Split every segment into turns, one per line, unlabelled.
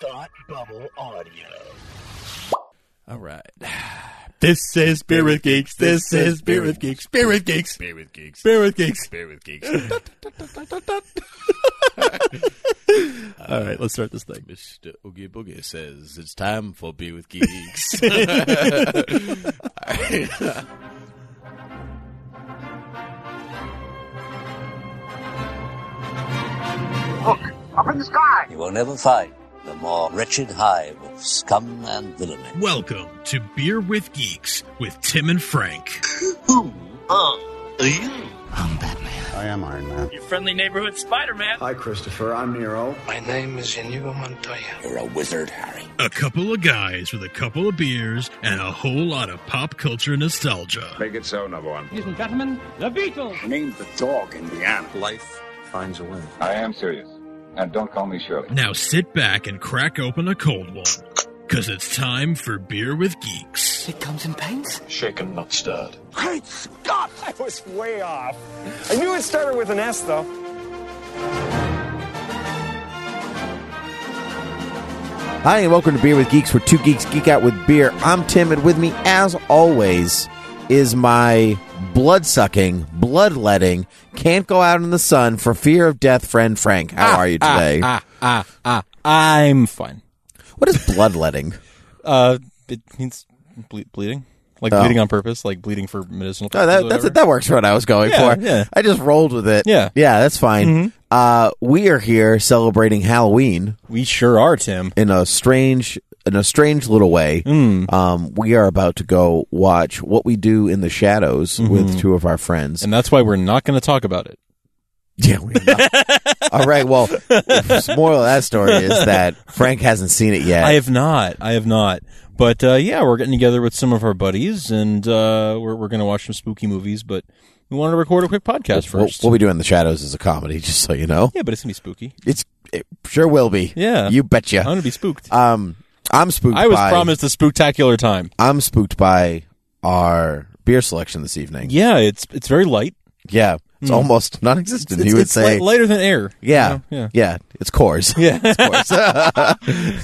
Thought Bubble Audio.
All right.
This is Beer with Geeks. This is Beer with Geeks. Beer with Geeks.
Beer with geeks.
Beer with Geeks.
Beer with geeks.
All right, let's start this thing.
Mr. Oogie Boogie says it's time for Beer with Geeks.
Look, up in the sky.
you will never find the more wretched hive of scum and villainy.
Welcome to Beer with Geeks with Tim and Frank.
I am Iron Man.
Your friendly neighborhood Spider-Man.
Hi, Christopher. I'm Nero.
My name is Inigo Montoya.
You're a wizard, Harry.
A couple of guys with a couple of beers and a whole lot of pop culture nostalgia.
Make it so, number one.
Ladies and gentlemen, the Beatles.
Name the dog Indiana.
Life finds a way. I am serious. And don't call me Shirley.
Now sit back and crack open a cold one, because it's time for Beer with Geeks.
It comes in paints.
Shaken, not stirred.
Great Scott! I was way off.
I knew it started with an S, though.
Hi, and welcome to Beer with Geeks, where two geeks geek out with beer. I'm Tim, and with me, as always, is my blood sucking, bloodletting, can't go out in the sun for fear of death friend Frank. How are you today?
Ah, ah, ah. I'm fine.
What is bloodletting?
Uh, it means ble- bleeding, like
Oh.
bleeding on purpose, like bleeding for medicinal.
Oh,
purposes
that,
or
that's,
whatever.
that works for what I was going
Yeah,
for.
yeah.
I just rolled with it.
Yeah.
Yeah, that's fine.
Mm-hmm.
Uh, we are here celebrating Halloween
we sure are, Tim.
in a strange. In a strange little way,
Mm.
um, we are about to go watch What We Do in the Shadows with two of our friends.
Mm-hmm. And that's why we're not going to talk about it.
Yeah, we're not. All right. Well, the moral of that story is that Frank hasn't seen it yet.
I have not. I have not. But uh, yeah, we're getting together with some of our buddies, and uh, we're we're going to watch some spooky movies. But we wanted to record a quick podcast
What-
first.
What we do in the shadows is a comedy, just so you know.
yeah, but it's gonna be spooky.
It's it sure will be.
Yeah.
you
I'm
betcha.
gonna be spooked.
Um, I'm spooked.
I was
by,
promised a spooktacular time.
I'm spooked by our beer selection this evening.
Yeah, it's it's very light.
Yeah, it's almost non-existent.
It's,
you would
it's
say.
li- lighter than air.
yeah,
You know?
yeah, it's Coors.
yeah, yeah.
Coors.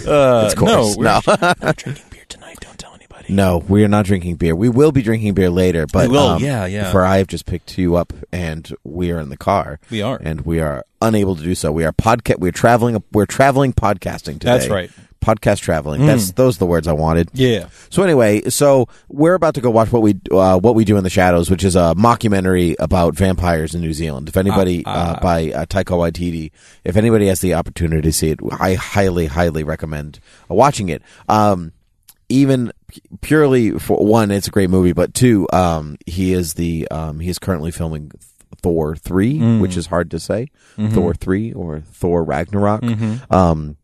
Uh,
it's Coors.
No, we're,
No, no.
we're drinking beer tonight. Don't tell anybody.
we are not drinking beer. We will be drinking beer later, but
will,
um,
yeah, yeah.
For I have just picked you up, and we are in the car.
We are.
and we are unable to do so. We are podcast. We're traveling. We're traveling podcasting today.
That's right. Mm.
Podcast traveling. That's those are the words I wanted.
yeah.
So anyway, so we're about to go watch what we uh, what we do in the shadows, which is a mockumentary about vampires in New Zealand. If
Ah,
anybody uh, by uh, Taika Waititi, if anybody has the opportunity to see it, I highly, highly recommend uh, watching it. Um, even p- purely for one, it's a great movie, but two, um, he is the um, he is currently filming Thor three,
Mm.
which is hard to say,
Mm-hmm.
Thor three or Thor Ragnarok. Um,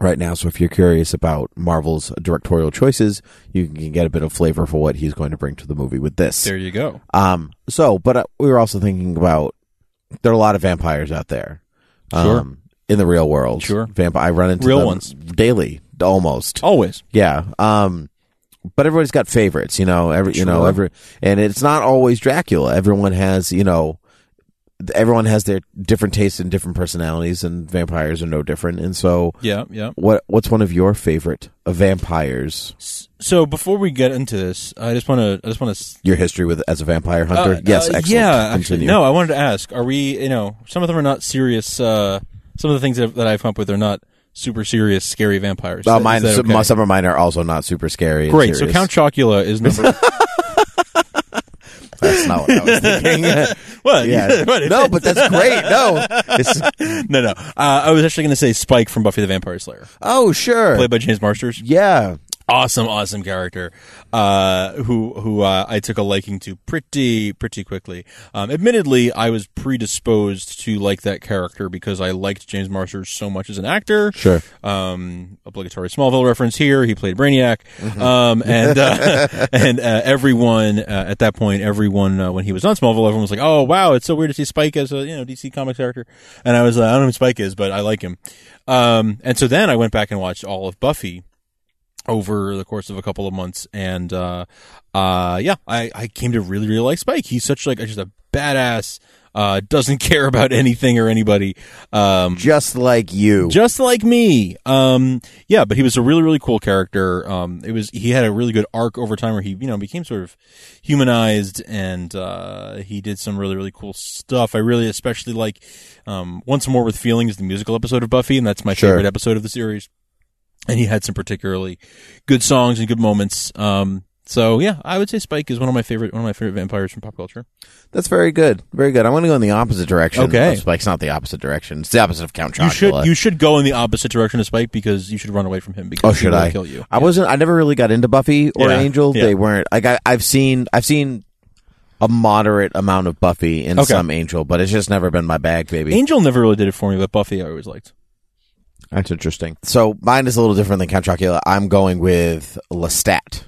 right now. So if you're curious about Marvel's directorial choices, you can get a bit of flavor for what he's going to bring to the movie with this.
There you go.
Um, so, but uh, we were also thinking about there are a lot of vampires out there. Um,
Sure.
In the real world.
Sure.
Vamp- I run into
Real
them
ones.
daily, almost.
Always.
Yeah. Um, but everybody's got favorites, you know. Every you know
Sure.
every, and it's not always Dracula. Everyone has, you know, everyone has their different tastes and different personalities, and vampires are no different. And so,
Yeah. Yeah.
what what's one of your favorite of vampires?
So before we get into this, I just want to I just want to
Your history with as a vampire hunter?
Uh,
yes,
uh,
excellent.
Yeah, actually,
Continue. Uh,
no. I wanted to ask: Are we? You know, some of them are not serious. Uh, some of the things that, that I've come up with are not super serious, scary vampires.
Uh,
Is
mine,
that
some,
okay?
some of mine are also not super scary. and
Great. So
serious.
Count Chocula is number.
That's not what I was thinking.
what?
yeah.
What is
no,
it?
but that's great. No. It's,
no, no. Uh, I was actually going to say Spike from Buffy the Vampire Slayer,
oh, sure.
played by James Marsters.
yeah.
Awesome, awesome character. Uh, who who uh, I took a liking to pretty pretty quickly. Um, admittedly, I was predisposed to like that character because I liked James Marsters so much as an actor.
Sure.
um, obligatory Smallville reference here. He played Brainiac, um, and uh, and uh, everyone uh, at that point, everyone uh, when he was on Smallville, everyone was like, "Oh wow, it's so weird to see Spike as a you know DC Comics character." And I was like, "I don't know who Spike is, but I like him." Um, and so then I went back and watched all of Buffy over the course of a couple of months, and uh, uh, yeah, I, I came to really really like Spike. He's such like just a badass. Uh, doesn't care about anything or anybody. Um,
just like you,
just like me. Um, yeah, but he was a really, really cool character. Um, it was he had a really good arc over time where he, you know, became sort of humanized and uh, he did some really, really cool stuff. I really, especially like um, once more with feelings, the musical episode of Buffy, and that's my
Sure.
favorite episode of the series. And he had some particularly good songs and good moments. Um, so yeah, I would say Spike is one of my favorite, one of my favorite vampires from pop culture.
That's very good. Very good. I want to go in the opposite direction.
Okay.
of Spike's not the opposite direction. It's the opposite of Count Chocula.
You should you should go in the opposite direction of Spike because you should run away from him because
Oh,
he
should
will
I?
kill you.
I wasn't. I never really got into Buffy or
Yeah,
Angel.
yeah.
They weren't like I, I've seen. I've seen a moderate amount of Buffy and
Okay.
some Angel, but it's just never been my bag, baby.
Angel never really did it for me, but Buffy I always liked.
That's interesting. So mine is a little different than Count Chocula. I'm going with Lestat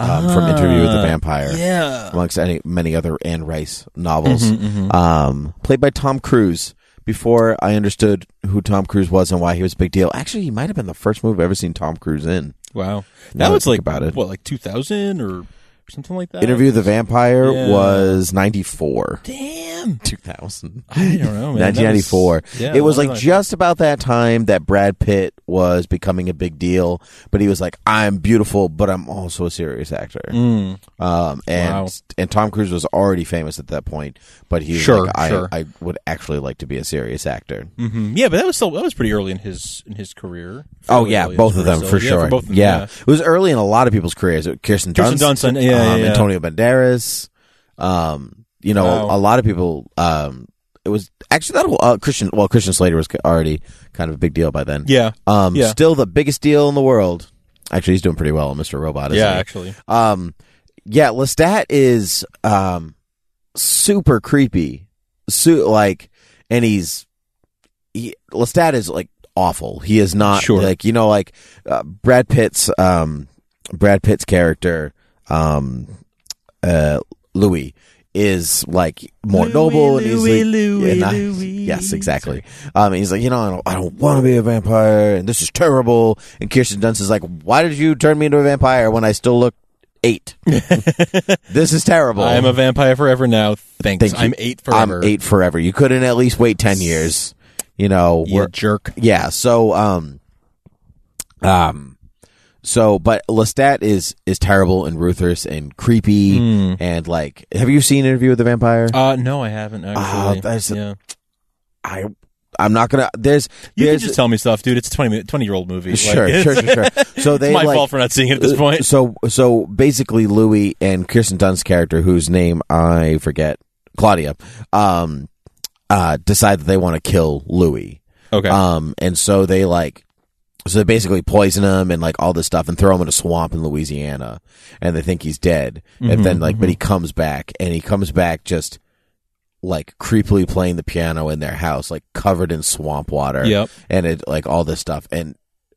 um, from Interview with the
Ah,
Vampire.
yeah.
amongst any, many other Anne Rice novels.
Mhm, mhm.
Um, played by Tom Cruise. Before I understood who Tom Cruise was and why he was a big deal, actually, he might have been the first movie I've ever seen Tom Cruise in.
Wow,
Now
that
that I
was
think
like
about it.
What like two thousand or something like that?
Interview with the Vampire
Oh, Yeah.
was 94.
Damn,
2000.
I don't know, man. That
1994.
was- yeah,
it was
that
like just about that time that Brad Pitt was becoming a big deal, but he was like, "I'm beautiful, but I'm also a serious actor."
Mm.
Um, and
Wow.
and Tom Cruise was already famous at that point, but he was
Sure,
like, I,
sure.
"I would actually like to be a serious actor."
Mhm. Yeah, but that was still that was pretty early in his in his career.
Oh
Fairly
yeah,
early in
both
his
of
career,
them
so,
for
yeah,
sure.
both of them,
yeah. it was early in a lot of people's careers. Kirsten Dunst,
Kirsten Dunst, yeah, yeah,
um,
yeah.
Antonio Banderas, um, you know,
Wow.
a lot of people. Um, it was actually that whole uh, Christian. Well, Christian Slater was already kind of a big deal by then.
Yeah.
um,
Yeah.
still the biggest deal in the world. Actually, he's doing pretty well, on Mr. Robot. Isn't
Yeah,
he?
actually.
Um, yeah, Lestat is um super creepy. Su- like, and he's he, Lestat is like awful. He is not
Sure.
like you know like uh, Brad Pitt's um Brad Pitt's character um uh Louis is like more
Louis,
noble and he's
Louis,
like
Louis,
and I-
Louis.
yes exactly um he's like you know I don't, I don't want to be a vampire and this is terrible and Kirsten Dunst is like why did you turn me into a vampire when I still look eight this is terrible
I'm a vampire forever now. Thanks.
Thank you.
I'm eight forever.
I'm eight forever you couldn't at least wait ten years you know
You
we're-
jerk.
yeah. So, um, um, so, but Lestat is is terrible and ruthless and creepy
Hmm.
and like. Have you seen Interview with the Vampire?
Uh, no, I haven't actually.
Oh, that's-
yeah.
I I'm not gonna. There's
You can
there's
just tell me stuff, dude. It's a 20 minute, 20 year old movie. Like,
sure,
it's-
sure, sure, sure. So they
it's my
like, uh,
fault for not seeing it at this point.
So so basically, Louis and Kirsten Dunst's character, whose name I forget, Claudia, um, uh, decide that they want to kill Louis.
Okay.
Um, and so they like, so they basically poison him and like all this stuff and throw him in a swamp in Louisiana, and they think he's dead.
Mm-hmm,
and then like, but he comes back, and he comes back just like creepily playing the piano in their house, like covered in swamp water.
Yep.
And it like all this stuff. And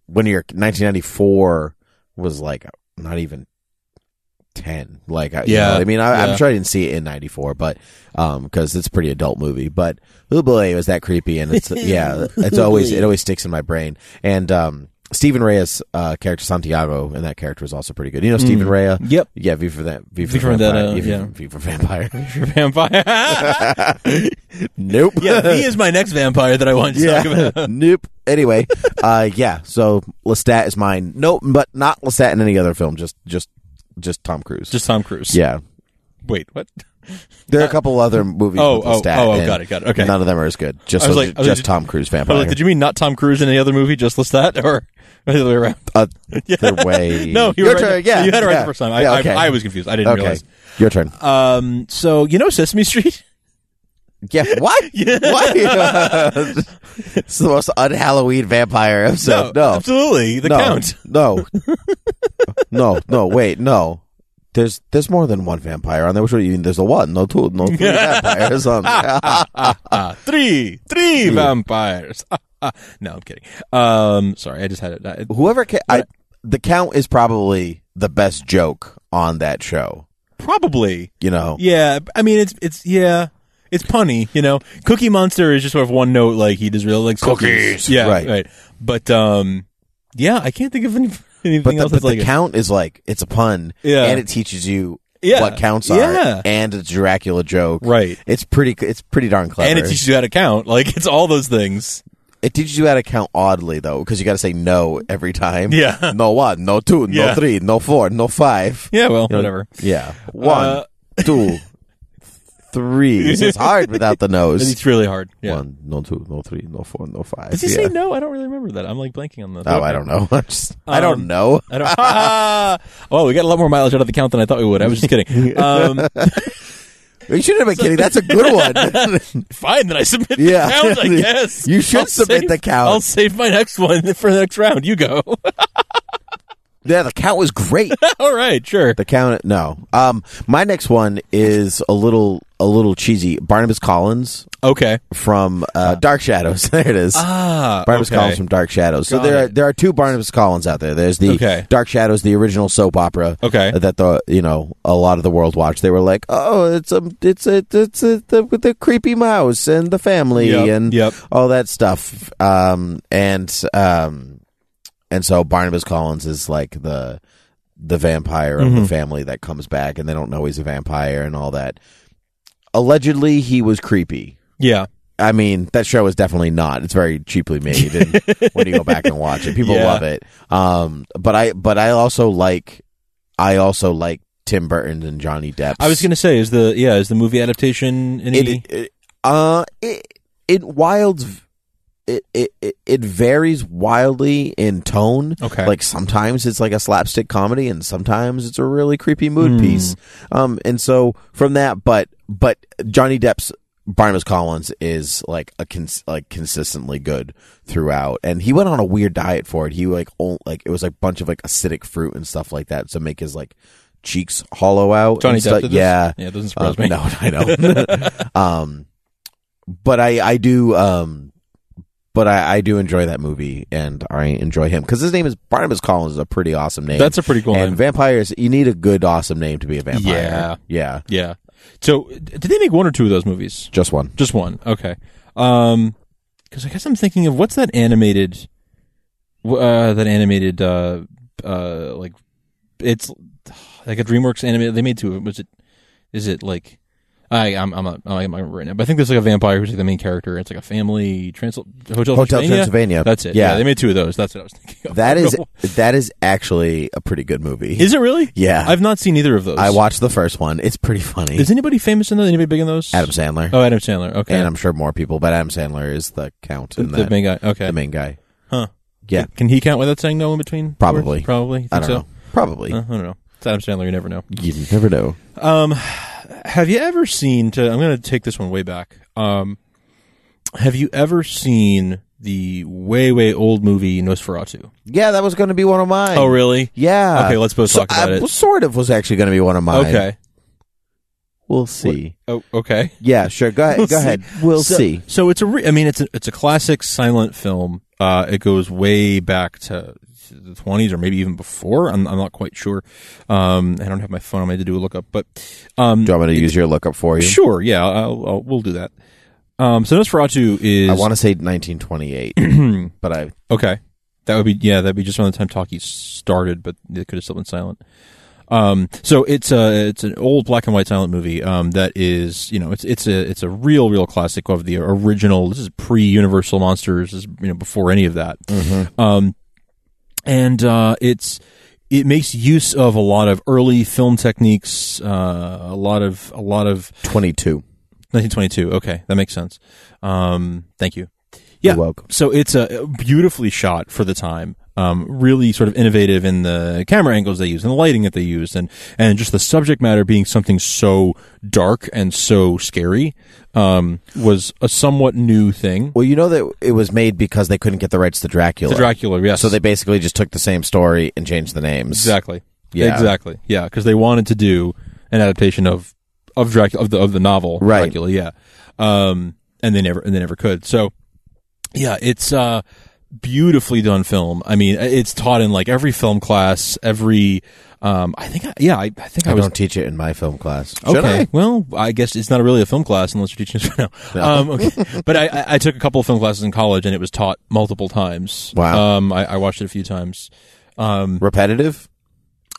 when you're 1994 was like not even 10. Like, yeah.
Yeah.
I mean, I,
Yeah.
I'm sure I didn't see it in 94, but, um, cause it's a pretty adult movie, but oh boy, it was that creepy. And it's, yeah, it's always, it always sticks in my brain. And, um, Stephen Reyes, uh, character Santiago, and that character was also pretty good. You know, Stephen Reyes?
Yep.
Yeah, V for that. V for,
Mm. V for
vampire.
Vendetta,
v, for- v
yeah.
for vampire.
If you're a vampire.
nope.
yeah, he is my next vampire that I want to talk about.
nope. Anyway, uh, yeah. So Lestat is mine. No, but not Lestat in any other film. Just, just, just Tom Cruise.
Just Tom Cruise.
yeah.
Wait, what?
There are a couple other movies.
Uh, oh,
with
oh,
Lestat
oh, oh,
in.
got it, got it. Okay.
None of them are as good. Just,
I was
those-
like- I was
just
like,
Tom Cruise
Oh,
vampire.
like, did you mean not Tom Cruise in any other movie? Just list that, or or the other way around?
Uh, their way.
No, you
your
were right.
turn. Yeah,
you had it right
yeah.
the first time. I,
Yeah,
I-
okay.
I, was confused. I didn't
okay.
realize.
Your turn.
Um, so you know Sesame Street?
Yeah. What?
Yeah.
What? it's the most un-Halloween vampire episode. No.
absolutely the
no,
Count.
No. no, no, wait, no. There's there's more than one vampire on there. Which one you mean? There's a one, no two, no three vampires on there. Uh,
Ah, three, three vampires. Ah, ah. no, I'm kidding. Um, sorry, I just had it. I,
Whoever ca- I, the count is probably the best joke on that show.
probably.
You know,
Yeah, I mean it's it's yeah, it's punny. You know, Cookie Monster is just sort of one note. Like he just really likes cookies. Yeah,
Right.
right. But um, yeah, I can't think of any, anything
but the,
else
but
that's
the
like it.
count is like it's a pun,
Yeah.
and it teaches you
Yeah.
what counts are,
Yeah.
and it's Dracula joke.
Right.
It's pretty. It's pretty darn clever.
And it teaches you how to count. Like it's all those things.
It teaches you how to count oddly though, because you got to say no every time.
Yeah.
No one, no two,
Yeah.
no three, no four, no five.
Yeah, well,
You know,
whatever. Uh,
Yeah. One, two, three. It's just hard without the nose.
It's really hard. Yeah.
One, no two, no three, no four, no five.
Does he
yeah.
say no? I don't really remember that. I'm like blanking on the.
Oh, I don't know. I'm just- I
Um,
don't know.
I don't. oh, we got a lot more mileage out of the count than I thought we would. I was just kidding. Um,
You shouldn't have been kidding. That's a good one.
fine, then I submit
Yeah.
the count. I guess
You should
I'll
submit
save-
the count.
I'll save my next one for the next round. You go.
yeah, the count was great.
All right, sure.
The count. No. Um, my next one is a little a little cheesy. Barnabas Collins
Okay.
from uh, Dark Shadows. there it is.
Ah,
Barnabas
okay.
Collins from Dark Shadows. so
Got
there are,
it.
there are two Barnabas Collins out there. There's the
Okay.
Dark Shadows, the original soap opera.
Okay.
That the you know a lot of the world watched. They were like, oh, it's a it's a it's a, the, with the creepy mouse and the family
Yep,
and
yep.
all that stuff. Um and um and so Barnabas Collins is like the the vampire of
Mm-hmm.
the family that comes back and they don't know he's a vampire and all that. Allegedly, he was creepy.
Yeah.
I mean, that show is definitely not. It's very cheaply made, and when you go back and watch it, people
Yeah.
love it. Um, but I, but I also like, I also like Tim Burton and Johnny Depp.
I was gonna say, is the yeah, is the movie adaptation any?
it, it, uh, it, it wilds, it, it, it- it varies wildly in tone.
Okay.
like sometimes it's like a slapstick comedy, and sometimes it's a really creepy mood
Hmm.
piece. Um, and so from that, but but Johnny Depp's Barnabas Collins is like a cons- like consistently good throughout, and he went on a weird diet for it. He like o- like it was like a bunch of like acidic fruit and stuff like that to make his like cheeks hollow out. and
Johnny Depp
stuff.
did this?
yeah,
Yeah, it doesn't surprise
Um,
me.
No, I know. um, but I I do um, but I I do enjoy that movie, and I enjoy him because his name is Barnabas Collins is a pretty awesome name.
That's a pretty cool
and
name.
vampires. You need a good awesome name to be a vampire.
Yeah.
yeah,
yeah. So, d- did they make one or two of those movies?
just one.
Just one. Okay. Um, because I guess I'm thinking of what's that animated, wh- uh, that animated, uh, uh, like it's like a DreamWorks animated. They made two. of them. Was it? Is it like? I I'm I'm not I'm not remember right now, but I think there's like a vampire who's like the main character. It's like a family trans hotel
Hotel
Transylvania?
Transylvania.
That's it.
Yeah.
Yeah. they made two of those. That's what I was thinking. Of.
That is that is actually a pretty good movie.
Is it really?
Yeah.
I've not seen either of those.
I watched the first one. It's pretty funny.
Is anybody famous in those? Anybody big in those?
Adam Sandler.
Oh, Adam Sandler. Okay.
and I'm sure more people, but Adam Sandler is the count in
the
that.
main guy. Okay.
The main guy.
Huh.
Yeah.
Can he count without saying no in between?
Probably.
words? Probably. You
I
think
don't
so?
know. Probably.
Uh, I don't know. It's Adam Sandler. You never know.
You never know.
Um, have you ever seen? To, I'm going to take this one way back. Um, have you ever seen the way way old movie Nosferatu?
Yeah, that was going to be one of mine.
Oh, really?
Yeah.
Okay, let's both
So
talk about
I
it.
was- Sort of was actually going to be one of mine.
Okay.
We'll see.
Oh, okay.
Yeah, sure. Go ahead.
We'll
go
see.
ahead. We'll
so,
see.
So it's a, re- I mean, it's a, it's a classic silent film. Uh, it goes way back to the twenties or maybe even before. I'm, I'm not quite sure. Um, I don't have my phone. I might have to do a lookup, but um,
Do you want me to use your lookup for you?
sure, yeah, I'll, I'll, we'll do that. Um, so Nosferatu is
I want to say 1928, but I
Okay. That would be yeah, that'd be just around the time talkie started, but it could have still been silent. Um, so it's a it's an old black and white silent movie um, that is you know it's it's a it's a real real classic of the original. This is pre Universal Monsters, this is, you know before any of that.
Mm-hmm.
Um, and uh, it's it makes use of a lot of early film techniques, uh, a lot of a lot of
22.
1922. Okay, that makes sense. Um, thank you. Yeah.
welcome.
So it's a beautifully shot for the time. Um, really sort of innovative in the camera angles they use and the lighting that they use and, and just the subject matter being something so dark and so scary, um, was a somewhat new thing.
Well, you know that it was made because they couldn't get the rights to Dracula.
The Dracula, yes.
So they basically just took the same story and changed the names.
Exactly.
Yeah.
Exactly. Yeah, because they wanted to do an adaptation of of Dracula of the of the novel
Right.
Dracula. Yeah. Um, and they never and they never could. So, yeah, it's uh beautifully done film. I mean, it's taught in like every film class, every. Um, I think. I, yeah, I, I think I,
I
was.
don't teach it in my film class. Should
Okay.
I?
Well, I guess it's not really a film class unless you're teaching us right now. Um, okay. but I- I, I took a couple of film classes in college and it was taught multiple times.
Wow.
Um, I, I watched it a few times.
Repetitive?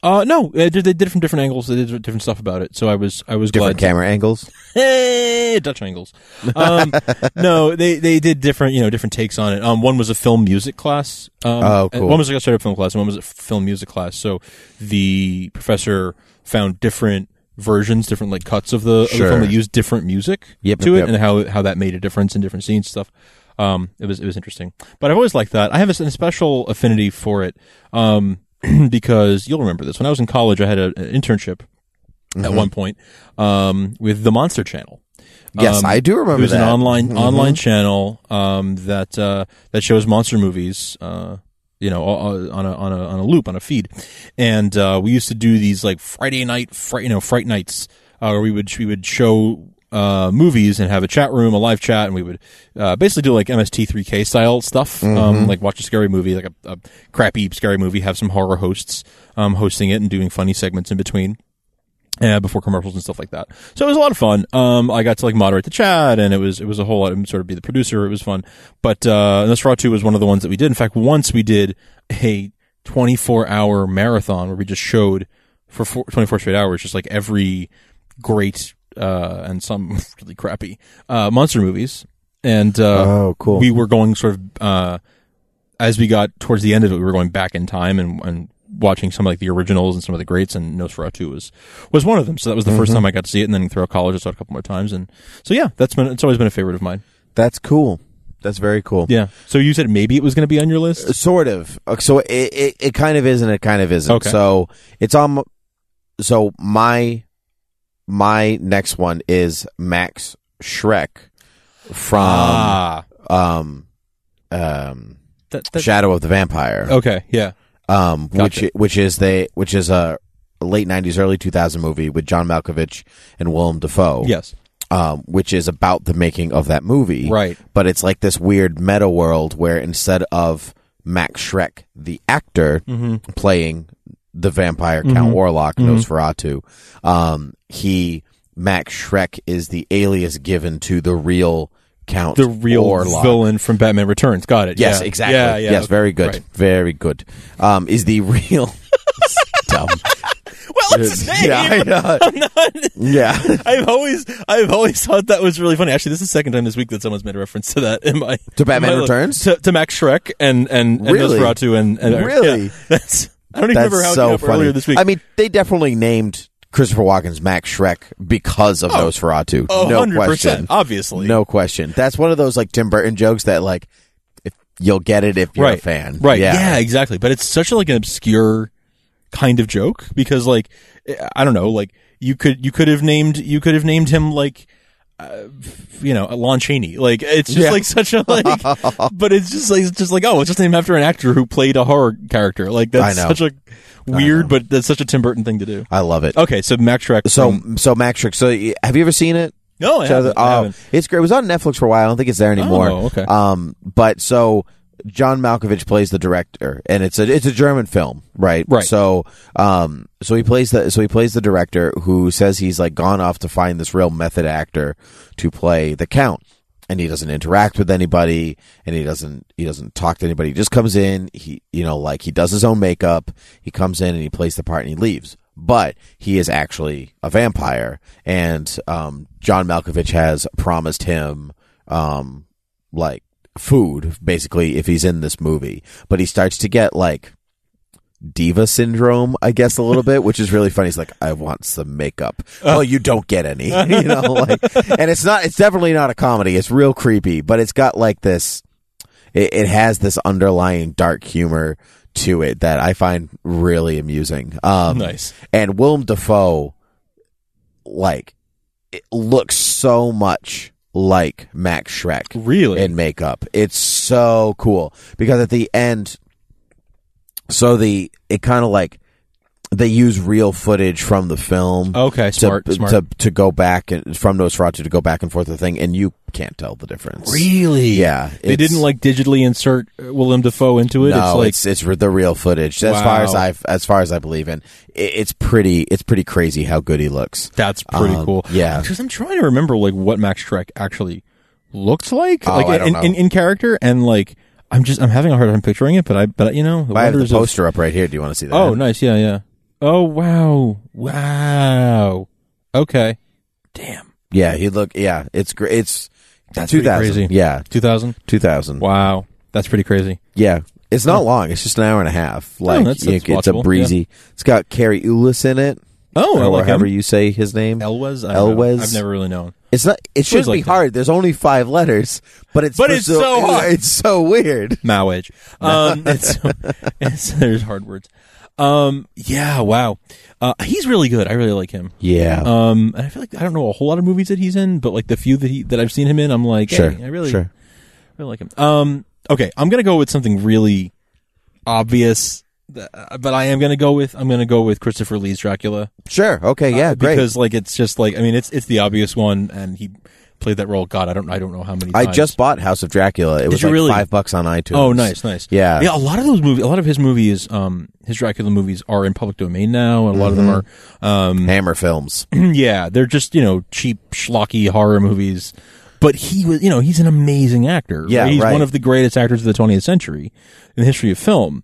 Uh, no, they did, they did it from different angles. They did different stuff about it. So I was I was
Different
glad.
camera angles.
Hey, Dutch angles. Um, no, they they did different you know different takes on it. Um, one was a film music class. Um,
Oh,
and
cool.
One was like a startup film class, and one was a film music class. So the professor found different versions, different like cuts of the, of the
Sure.
film that used different music
Yep,
to
yep,
it,
yep.
and how how that made a difference in different scenes and stuff. Um, it was it was interesting, but I've always liked that. I have a, s- a special affinity for it um, because you'll remember this. When I was in college, I had a, an internship at
Mhm.
one point um, with the Monster Channel.
Yes, I do remember
Um, It was an
that.
online
Mhm.
online channel um, that uh, that shows monster movies. Uh, you know, o- o- on a on a on a loop on a feed, and uh, we used to do these like Friday night, fri- you know, fright nights, uh, where we would we would show uh, movies and have a chat room, a live chat, and we would uh, basically do like MST3K style stuff, um,
Mhm.
like watch a scary movie, like a, a crappy scary movie, have some horror hosts um, hosting it and doing funny segments in between uh, before commercials and stuff like that. So it was a lot of fun. Um, I got to like moderate the chat, and it was it was a whole lot. And sort of be the producer. It was fun. But uh, Nosferatu was one of the ones that we did. In fact, once we did a 24 hour marathon where we just showed for four, 24 straight hours, just like every great uh, and some really crappy uh, monster movies. And uh,
Oh, cool.
We were going sort of. Uh, as we got towards the end of it, we were going back in time and, and watching some of like the originals and some of the greats, and Nosferatu was was one of them. So that was the first
Mhm.
time I got to see it, and then throughout college I saw it a couple more times, and so yeah, that's been it's always been a favorite of mine.
That's cool. That's very cool.
Yeah. So you said maybe it was going to be on your list.
Sort of. Uh, So it, it, it kind of is and it kind of isn't.
Okay.
So it's on. So my my next one is Max Shrek from
Ah.
um um
That- that-
Shadow of the Vampire.
Okay. Yeah.
Um,
Oh, Gotcha.
which which is they which is a late '90s, early 2000 movie with John Malkovich and Willem Dafoe.
Yes.
Um, which is about the making of that movie,
Right.
But it's like this weird meta world where instead of Max Shrek, the actor
Mm-hmm.
playing the vampire Count
Mhm.
Warlock
Mhm.
Nosferatu, um, he Max Shrek is the alias given to the real Count,
The real
Warlock.
villain from Batman Returns. Got it.
Yes,
Yeah.
exactly.
Yeah. yeah.
yes, very good.
Right.
Very good. Um, is the real dumb.
Well, it's his name.
Yeah, I know.
I'm not-
Yeah.
I've always, I've always thought that was really funny. Actually, this is the second time this week that someone's made a reference to that in my
To Batman
in my-
Returns?
to, to Max Shrek and and, and
Really?
Nosferatu and, and
Really?
yeah. that's I don't even
That's
remember how
so
it came up
funny.
earlier this week.
I mean, they definitely named Christopher Walken's Max Shrek because of Nosferatu.
Oh,
no
100%,
question.
obviously.
No question. That's one of those like Tim Burton jokes that like if you'll get it if you're
right
a fan.
right
Yeah.
exactly. But it's such like an obscure kind of joke because like I don't know like you could you could have named you could have named him like. Uh, you know, Lon Chaney. Like it's just
Yeah.
like such a like, but it's just like it's just like oh, it's just named after an actor who played a horror character. Like that's
I know.
such a weird, but that's such a Tim Burton thing to do.
I love it.
Okay, so Max Shrek.
So
from-
so Max Shrek. So y- have you ever seen it?
no, I
So
haven't,
the-
I
oh,
haven't.
it's great. It was on Netflix for a while. I don't think it's there anymore.
Oh, okay.
Um, but so John Malkovich plays the director, and it's a it's a German film, right?
Right.
So, um, so he plays the so he plays the director who says he's like gone off to find this real method actor to play the count. And he doesn't interact with anybody, and he doesn't he doesn't talk to anybody. He just comes in. He you know like he does his own makeup. He comes in and he plays the part and he leaves but he is actually a vampire. And um, John Malkovich has promised him, um, like, food, basically, if he's in this movie. But he starts to get, like, diva syndrome, I guess, a little bit, which is really funny. He's like, I want some makeup. well, you don't get any. you know, like, and it's not, it's definitely not a comedy. It's real creepy, but it's got, like, this, it, it has this underlying dark humor to it that I find really amusing. Um,
Nice.
and Willem Dafoe, like, it looks so much like Max Shrek
Really?
in makeup. It's so cool because at the end, so the it kind of like they use real footage from the film.
Okay,
to,
Oh, smart, smart.
to to go back and from Nosferatu to go back and forth the thing, and you can't tell the difference.
Really?
Yeah,
They
it's-
didn't like digitally insert uh, Willem Dafoe into it.
No,
it's like
it's it's re- the real footage. As far as
Wow.
I as far as I believe in, it, it's pretty it's pretty crazy how good he looks.
that's pretty
um,
cool.
yeah.
because I'm trying to remember like what Max Shrek actually looked like,
Oh,
like
I don't
in,
know.
In, in character, and like I'm just I'm having a hard time picturing it. But I but you know, the
I have the
wonders of-
poster up right here. Do you want to see that?
oh, nice. Yeah, yeah. Oh wow, wow. Okay. Damn.
Yeah, he look. Yeah, it's great. It's
That's
two
pretty
thousand.
crazy.
Yeah,
two thousand.
Two thousand.
Wow, that's pretty crazy.
Yeah, it's not long. It's just an hour and a half. Like
Oh, that's-
you-
that's
it's a
watchable,
breezy. It's got Carrie Ulis in it.
Oh, I
or
like
however
him.
you say his name.
Elwes. I don't know.
Elwes.
I've never really known.
It's not. It shouldn't be
like that.
hard. There's only five letters, but it's
But it's so hard.
It's so weird.
Mowage. Um, it's, it's- there's hard words. Um, yeah, wow. Uh, he's really good. I really like him.
Yeah.
Um, and I feel like I don't know a whole lot of movies that he's in, but like the few that he that I've seen him in, I'm like,
Sure,
hey, I really,
sure.
really like him. Um, okay, I'm gonna go with something really obvious, th- uh, but I am gonna go with I'm gonna go with Christopher Lee's Dracula
Sure. Okay. Yeah. great.
Uh, because like it's just like I mean it's it's the obvious one, and he played that role. God, I don't I don't know how many.
I
times.
just bought House of Dracula. It was
you
like
really?
five bucks on iTunes.
Oh, nice, nice.
Yeah.
yeah. A lot of those movies, a lot of his movies, um, his Dracula movies are in public domain now, and a lot
Mm-hmm.
of them
Hammer films.
are, yeah, they're just you know cheap schlocky horror movies. But he was, you know, he's an amazing actor.
Yeah,
he's
right.
one of the greatest actors of the 20th century in the history of film.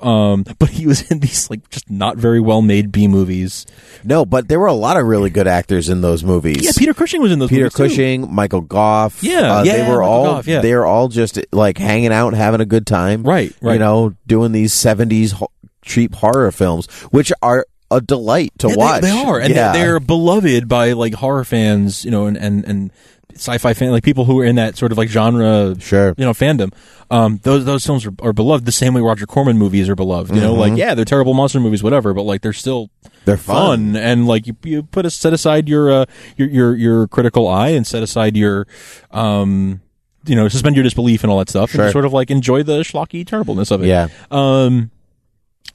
Um, but he was in these like just not very well made B movies.
No, but there were a lot of really good actors in those movies.
Yeah, Peter Cushing was in those.
Peter
movies too.
Cushing, Michael Goff.
Yeah,
uh,
yeah,
they were
Michael
all
Goff, yeah.
they were all just like hanging out, and having a good time.
Right, right.
You know, doing these seventies ho- cheap horror films, which are a delight to
Yeah, they-
watch.
They, are, and
yeah.
they're, they're beloved by like horror fans, you know, and and, and sci-fi fan, like people who are in that sort of like genre,
Sure.
you know, fandom. Um, those those films are, are beloved the same way Roger Corman movies are beloved. You
Mm-hmm.
know, like yeah, they're terrible monster movies, whatever, but like they're still
They're
fun,
fun.
and like you, you put a set aside your uh your your your critical eye and set aside your um. You know, suspend your disbelief and all that stuff, and
Sure.
just sort of like enjoy the schlocky terribleness of it.
Yeah.
Um,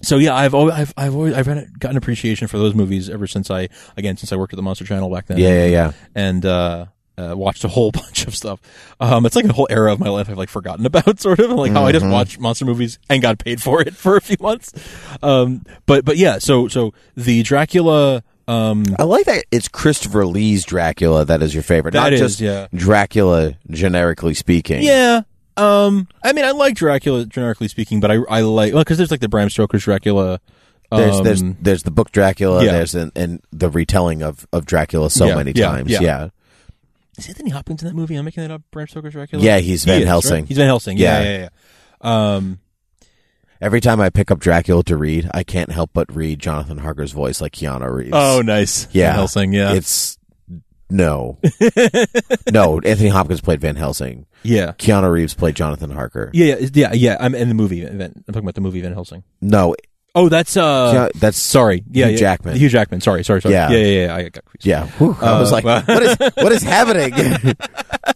so yeah, I've always, I've I've always I've had a, got an appreciation for those movies ever since I again since I worked at the Monster Channel back then.
Yeah, yeah, yeah.
and uh, uh, watched a whole bunch of stuff. Um, it's like a whole era of my life I've like forgotten about, sort of, and like how I just
Mm-hmm.
watched monster movies and got paid for it for a few months. Um, but but yeah, so so the Dracula. Um,
I like that it's Christopher Lee's Dracula that is your favorite,
That
not
is,
just
yeah.
Dracula generically speaking.
yeah. Um, I mean, I like Dracula generically speaking, but I I like well because there's like the Bram Stoker's Dracula. Um,
There's there's there's the book Dracula.
yeah.
There's an, and the retelling of, of Dracula so
Yeah,
many
yeah,
times.
yeah.
yeah.
Is Anthony Hopkins in that movie? I'm making that up. Bram Stoker's Dracula.
Yeah, he's Van
He is, right?
Helsing.
He's Van Helsing. Yeah,
Yeah.
yeah, yeah. yeah. Um,
Every time I pick up Dracula to read, I can't help but read Jonathan Harker's voice like Keanu Reeves.
oh, nice.
yeah,
Van Helsing. Yeah,
It's no, no. Anthony Hopkins played Van Helsing.
yeah,
Keanu Reeves played Jonathan Harker.
yeah, yeah, yeah, yeah. I'm in the movie. Van, I'm talking about the movie Van Helsing.
No,
Oh, that's uh,
Keanu- that's
sorry. Yeah,
Hugh
yeah.
Jackman.
Hugh Uh, Jackman. Sorry, sorry, sorry.
Yeah.
yeah, yeah. yeah. I got confused.
yeah. Whew, I was like, what is what is happening?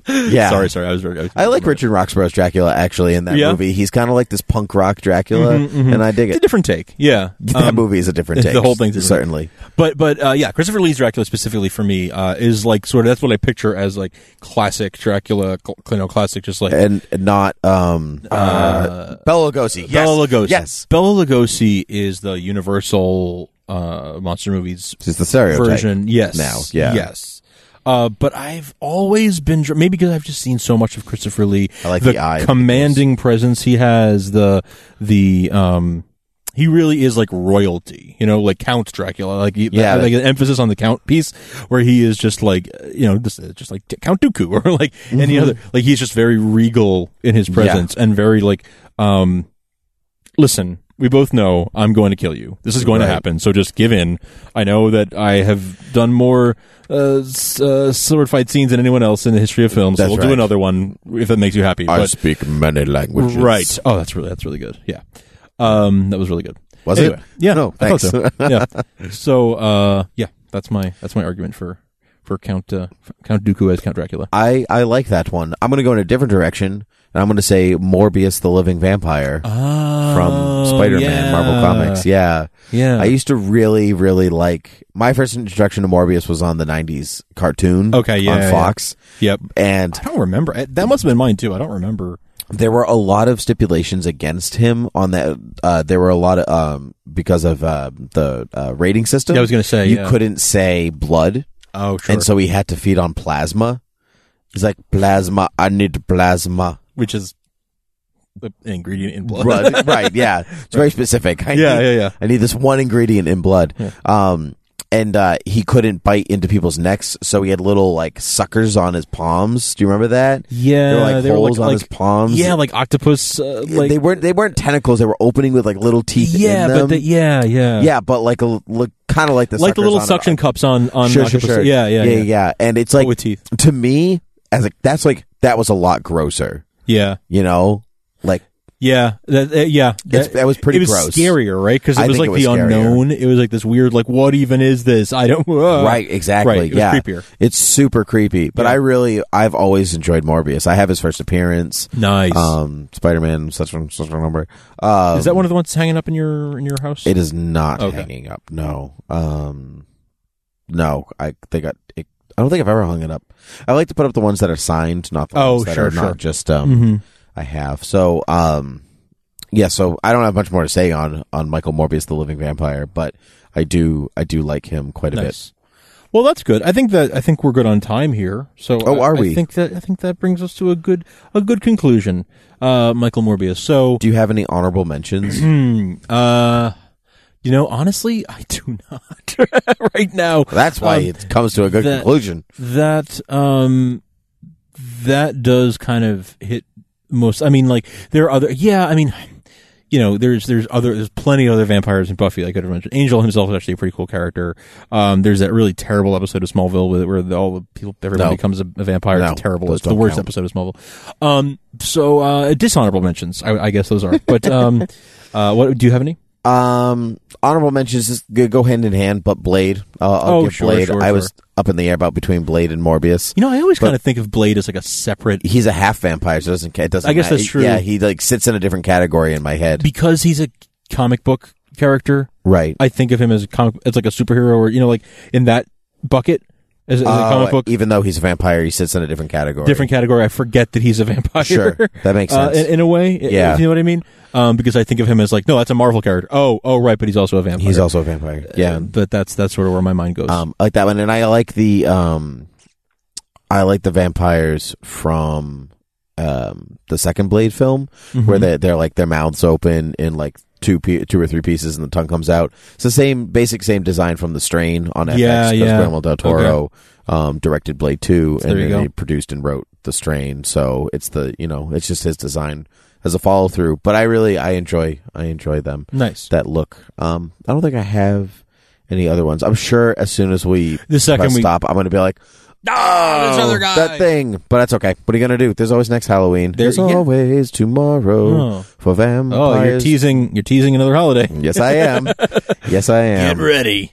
yeah,
Sorry, sorry. I was. very- I, was
I like Richard Roxburgh's Dracula actually in that
Yeah.
movie. He's kind of like this punk rock Dracula, and I dig
It's a
it.
different take. Yeah,
That
Um,
movie is a different take.
The whole thing's a different
certainly.
But but uh, yeah, Christopher Lee's Dracula specifically for me uh, is like sort of that's what I picture as like classic Dracula, cl- you know, classic, just like
and not um uh, Bela Lugosi. Yes.
Bela Lugosi.
Yes.
Bela Lugosi is the Universal uh, monster movies
It's the stereotype
version. Yes,
now. Yeah.
yes. Uh, but I've always been dr- maybe because I've just seen so much of Christopher Lee.
I like the eye that he
commanding presence he has. The the um. He really is like royalty, you know, like Count Dracula, like he-
Yeah.
like an emphasis on the Count piece, where he is just like, uh, you know, just, just like Count Dooku or like any
Mm-hmm.
other, like he's just very regal in his presence and very like, um, listen, we both know I'm going to kill you. This is going
Right.
to happen. So just give in. I know that I have done more uh, s- uh, sword fight scenes than anyone else in the history of film. So
That's
we'll
right.
do another one if that makes you happy.
I
but-
speak many languages.
right. Oh, that's really that's really good. Yeah. Um, that was really good.
Was
Anyway,
it?
Yeah.
No,
I thought
thanks.
so. Yeah. So uh, yeah, that's my that's my argument for for Count uh, Count Dooku as Count Dracula.
I I like that one. I'm going to go in a different direction, and I'm going to say Morbius, the Living Vampire from Spider-Man, Marvel Comics. Yeah.
Oh, Yeah.
I used to really, really like my first introduction to Morbius was on the '90s cartoon.
Okay, yeah,
on
yeah.
Fox,
Yep.
and
I don't remember. I- That must have been mine too. I don't remember.
there were a lot of stipulations against him on that. Uh, there were a lot of um, because of uh, the uh, rating system.
Yeah, I was gonna say,
you
yeah.
couldn't say blood,
Oh, sure.
and so he had to feed on plasma. He's like plasma. I need plasma.
which is ingredient in blood.
Blood, right? Yeah, it's very specific. I
Yeah,
need,
yeah, yeah.
I need this one ingredient in blood. Um, and uh, he couldn't bite into people's necks, so he had little like suckers on his palms. Do you remember that?
Yeah,
they were like
they were,
holes
like-
on
like-
his palms.
Yeah, like octopus. Uh,
Yeah,
like
they weren't they weren't tentacles. They were opening with like little teeth.
yeah,
in
but
them.
they, yeah, yeah,
yeah, but like a look, kind of like the
like the
suckers
little
on it.
suction cups on on
sure, sure,
octopus.
sure.
Yeah, yeah,
yeah, And it's like
with teeth.
to me as a, that's like that was a lot grosser.
Yeah,
You know, like
yeah, that, uh, yeah.
It's- that was pretty
It was
gross.
scarier, right? Because
I
it was
think
like
it was
the
scarier.
unknown. It was like this weird, like, what even is this? I don't. uh.
right, exactly.
Right, it was
yeah,
creepier.
It's super creepy. But I really, I've always enjoyed Morbius. I have his first appearance.
Nice.
Um, Spider Man, such a such a number. Um,
is that one of the ones hanging up in your in your house?
It is not
Okay.
hanging up. No. Um, no. I think I. It, I don't think I've ever hung it up. I like to put up the ones that are signed, not the
Oh,
ones that
sure,
are
sure.
not just. Um,
Mhm.
I have so. Um, yeah. So I don't have much more to say on on Michael Morbius, the Living Vampire, but I do I do like him quite a
Nice. Well, that's good. I think that I think we're good on time here. So,
Oh,
I-
are
I
we?
think that I think that brings us to a good a good conclusion. Uh, Michael Morbius. So,
bit. Do you have any honorable mentions?
Hmm. Uh, you know, honestly, I do not right now.
That's why
Um,
it comes to a good
that-
conclusion.
That um, that does kind of hit most. I mean, like there are other. Yeah, I mean, you know, there's there's other there's plenty of other vampires in Buffy. I could have mentioned Angel himself is actually a pretty cool character. Um, there's that really terrible episode of Smallville where, where the, all the people everyone
No.
becomes a, a vampire.
No,
it's terrible.
those
It's the
don't
worst
count.
episode of Smallville. Um, so uh, dishonorable mentions. I, I guess those are. But um, uh, what do you have any?
Um, honorable mentions just g- go hand in hand, but Blade. Uh, I'll
Oh,
give
sure,
Blade.
sure,
I
sure.
was up in the air about between Blade and Morbius.
You know, I always
But-
kind of think of Blade as like a separate
he's a half vampire, so it doesn't. It doesn't.
I guess
matter.
that's true.
Yeah, he like sits in a different category in my head.
because he's a comic book character.
right.
I think of him as a comic, as like a superhero, or you know, like in that bucket as, as a
Oh,
comic book.
Even though he's a vampire, he sits in a different category.
Different category. I forget that he's a vampire.
Sure, that makes
Uh,
sense.
in, in a way. i-
Yeah.
if you know what I mean. Um, because I think of him as like, no, that's a Marvel character. Oh, oh, right, but he's also a vampire.
He's also a vampire. Yeah.
But that's that's sort of where my mind goes.
Um, I like that one, and I like the um, I like the vampires from um the second Blade film
Mm-hmm.
where they they're like their mouths open in like two pe- two or three pieces and the tongue comes out. It's the same basic same design from the Strain on FX.
Yeah,
because
yeah.
Guillermo del Toro um directed Blade two,
there
and
you
then
go.
he produced and wrote the Strain. So it's the you know it's just his design as a follow through. But I really I enjoy I enjoy them
nice.
that look. Um, I don't think I have any other ones. I'm sure as soon as we
The second
press
we-
stop, I'm going to be like,
Ah, this other guy.
that thing. But that's okay. What are you going to do? There's always next Halloween.
There's-
There's
yeah.
always tomorrow
Oh.
for vampires. Mm.
Oh, you're teasing. You're teasing another holiday.
Yes, I am. yes, I am.
ready.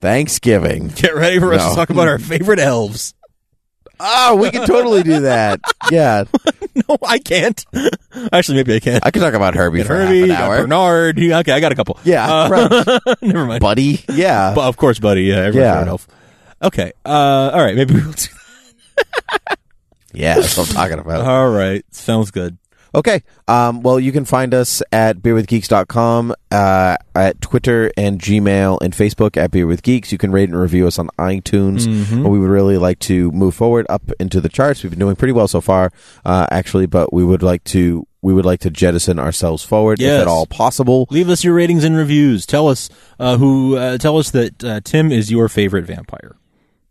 Thanksgiving.
Get ready for us
No.
to talk about our favorite elves.
Oh, we can totally do that. Yeah,
no, I can't. Actually, maybe I can.
I can talk about Herbie for
Herbie, you
half an
got
hour.
Bernard. you- Okay, I got a couple.
Yeah,
Uh, never mind.
Buddy. Yeah.
But of course, buddy. Uh, Yeah, everyone's
Yeah.
yeah. elf. Okay. Uh, all right. Maybe we'll do
yeah, that's what I'm talking about.
that. All right. Sounds good.
Okay. Um, well, you can find us at beerwithgeeks.com, uh, at Twitter and Gmail and Facebook at Beer with Geeks. You can rate and review us on iTunes. We would really like to move forward up into the charts. We've been doing pretty well so far, uh, actually, but we would like to we would like to jettison ourselves forward if
Yes.
at all possible.
Leave us your ratings and reviews. Tell us uh, who. Uh, tell us that uh, Tim is your favorite vampire.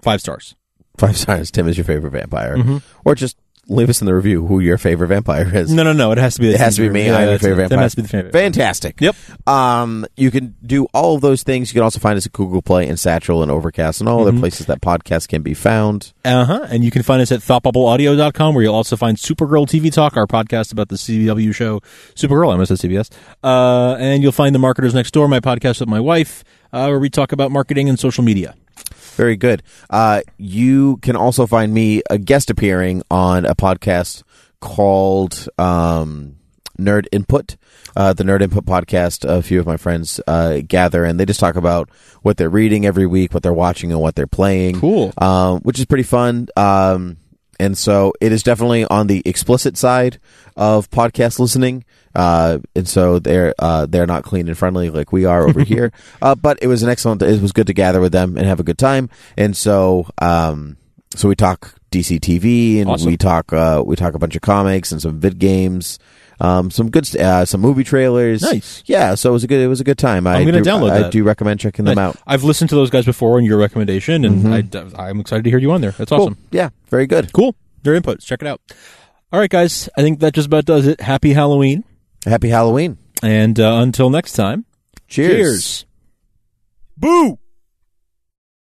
Five stars.
Five stars. Tim is your favorite vampire, or just leave us in the review who your favorite vampire is.
No, no, no. It has to be.
It has to be me. I'm your favorite vampire.
That has to be the favorite.
Fantastic.
Yep.
Um, you can do all of those things. You can also find us at Google Play and Satchel and Overcast and all
Mm-hmm.
other places that podcasts can be found.
Uh-huh. And you can find us at thoughtbubbleaudio.com where you'll also find Supergirl TV Talk, our podcast about the CW show Supergirl, I almost said CBS. Uh, and you'll find The Marketers Next Door, my podcast with my wife, uh, where we talk about marketing and social media.
Very good. Uh, you can also find me a guest appearing on a podcast called um, Nerd Input. Uh, the Nerd Input podcast, a few of my friends uh, gather and they just talk about what they're reading every week, what they're watching, and what they're playing.
Cool.
um, which is pretty fun. Um, and so it is definitely on the explicit side of podcast listening. Uh, and so they're uh, they're not clean and friendly like we are over here. Uh, but it was an excellent. It was good to gather with them and have a good time. And so um, so we talk DC TV and
Awesome.
we talk uh, we talk a bunch of comics and some vid games. Um, some good, st- uh, some movie trailers.
Nice.
Yeah. So it was a good. It was a good time. I
I'm gonna
do,
download
I,
that.
do recommend checking them
Nice.
out. Mm-hmm.
I've listened to those guys before and your recommendation, and I, am excited to hear you on there. That's awesome.
Yeah, very good.
Cool. Their inputs. Check it out. All right, guys. I think that just about does it. Happy Halloween.
Happy Halloween.
And uh, until next time,
Cheers.
Boo!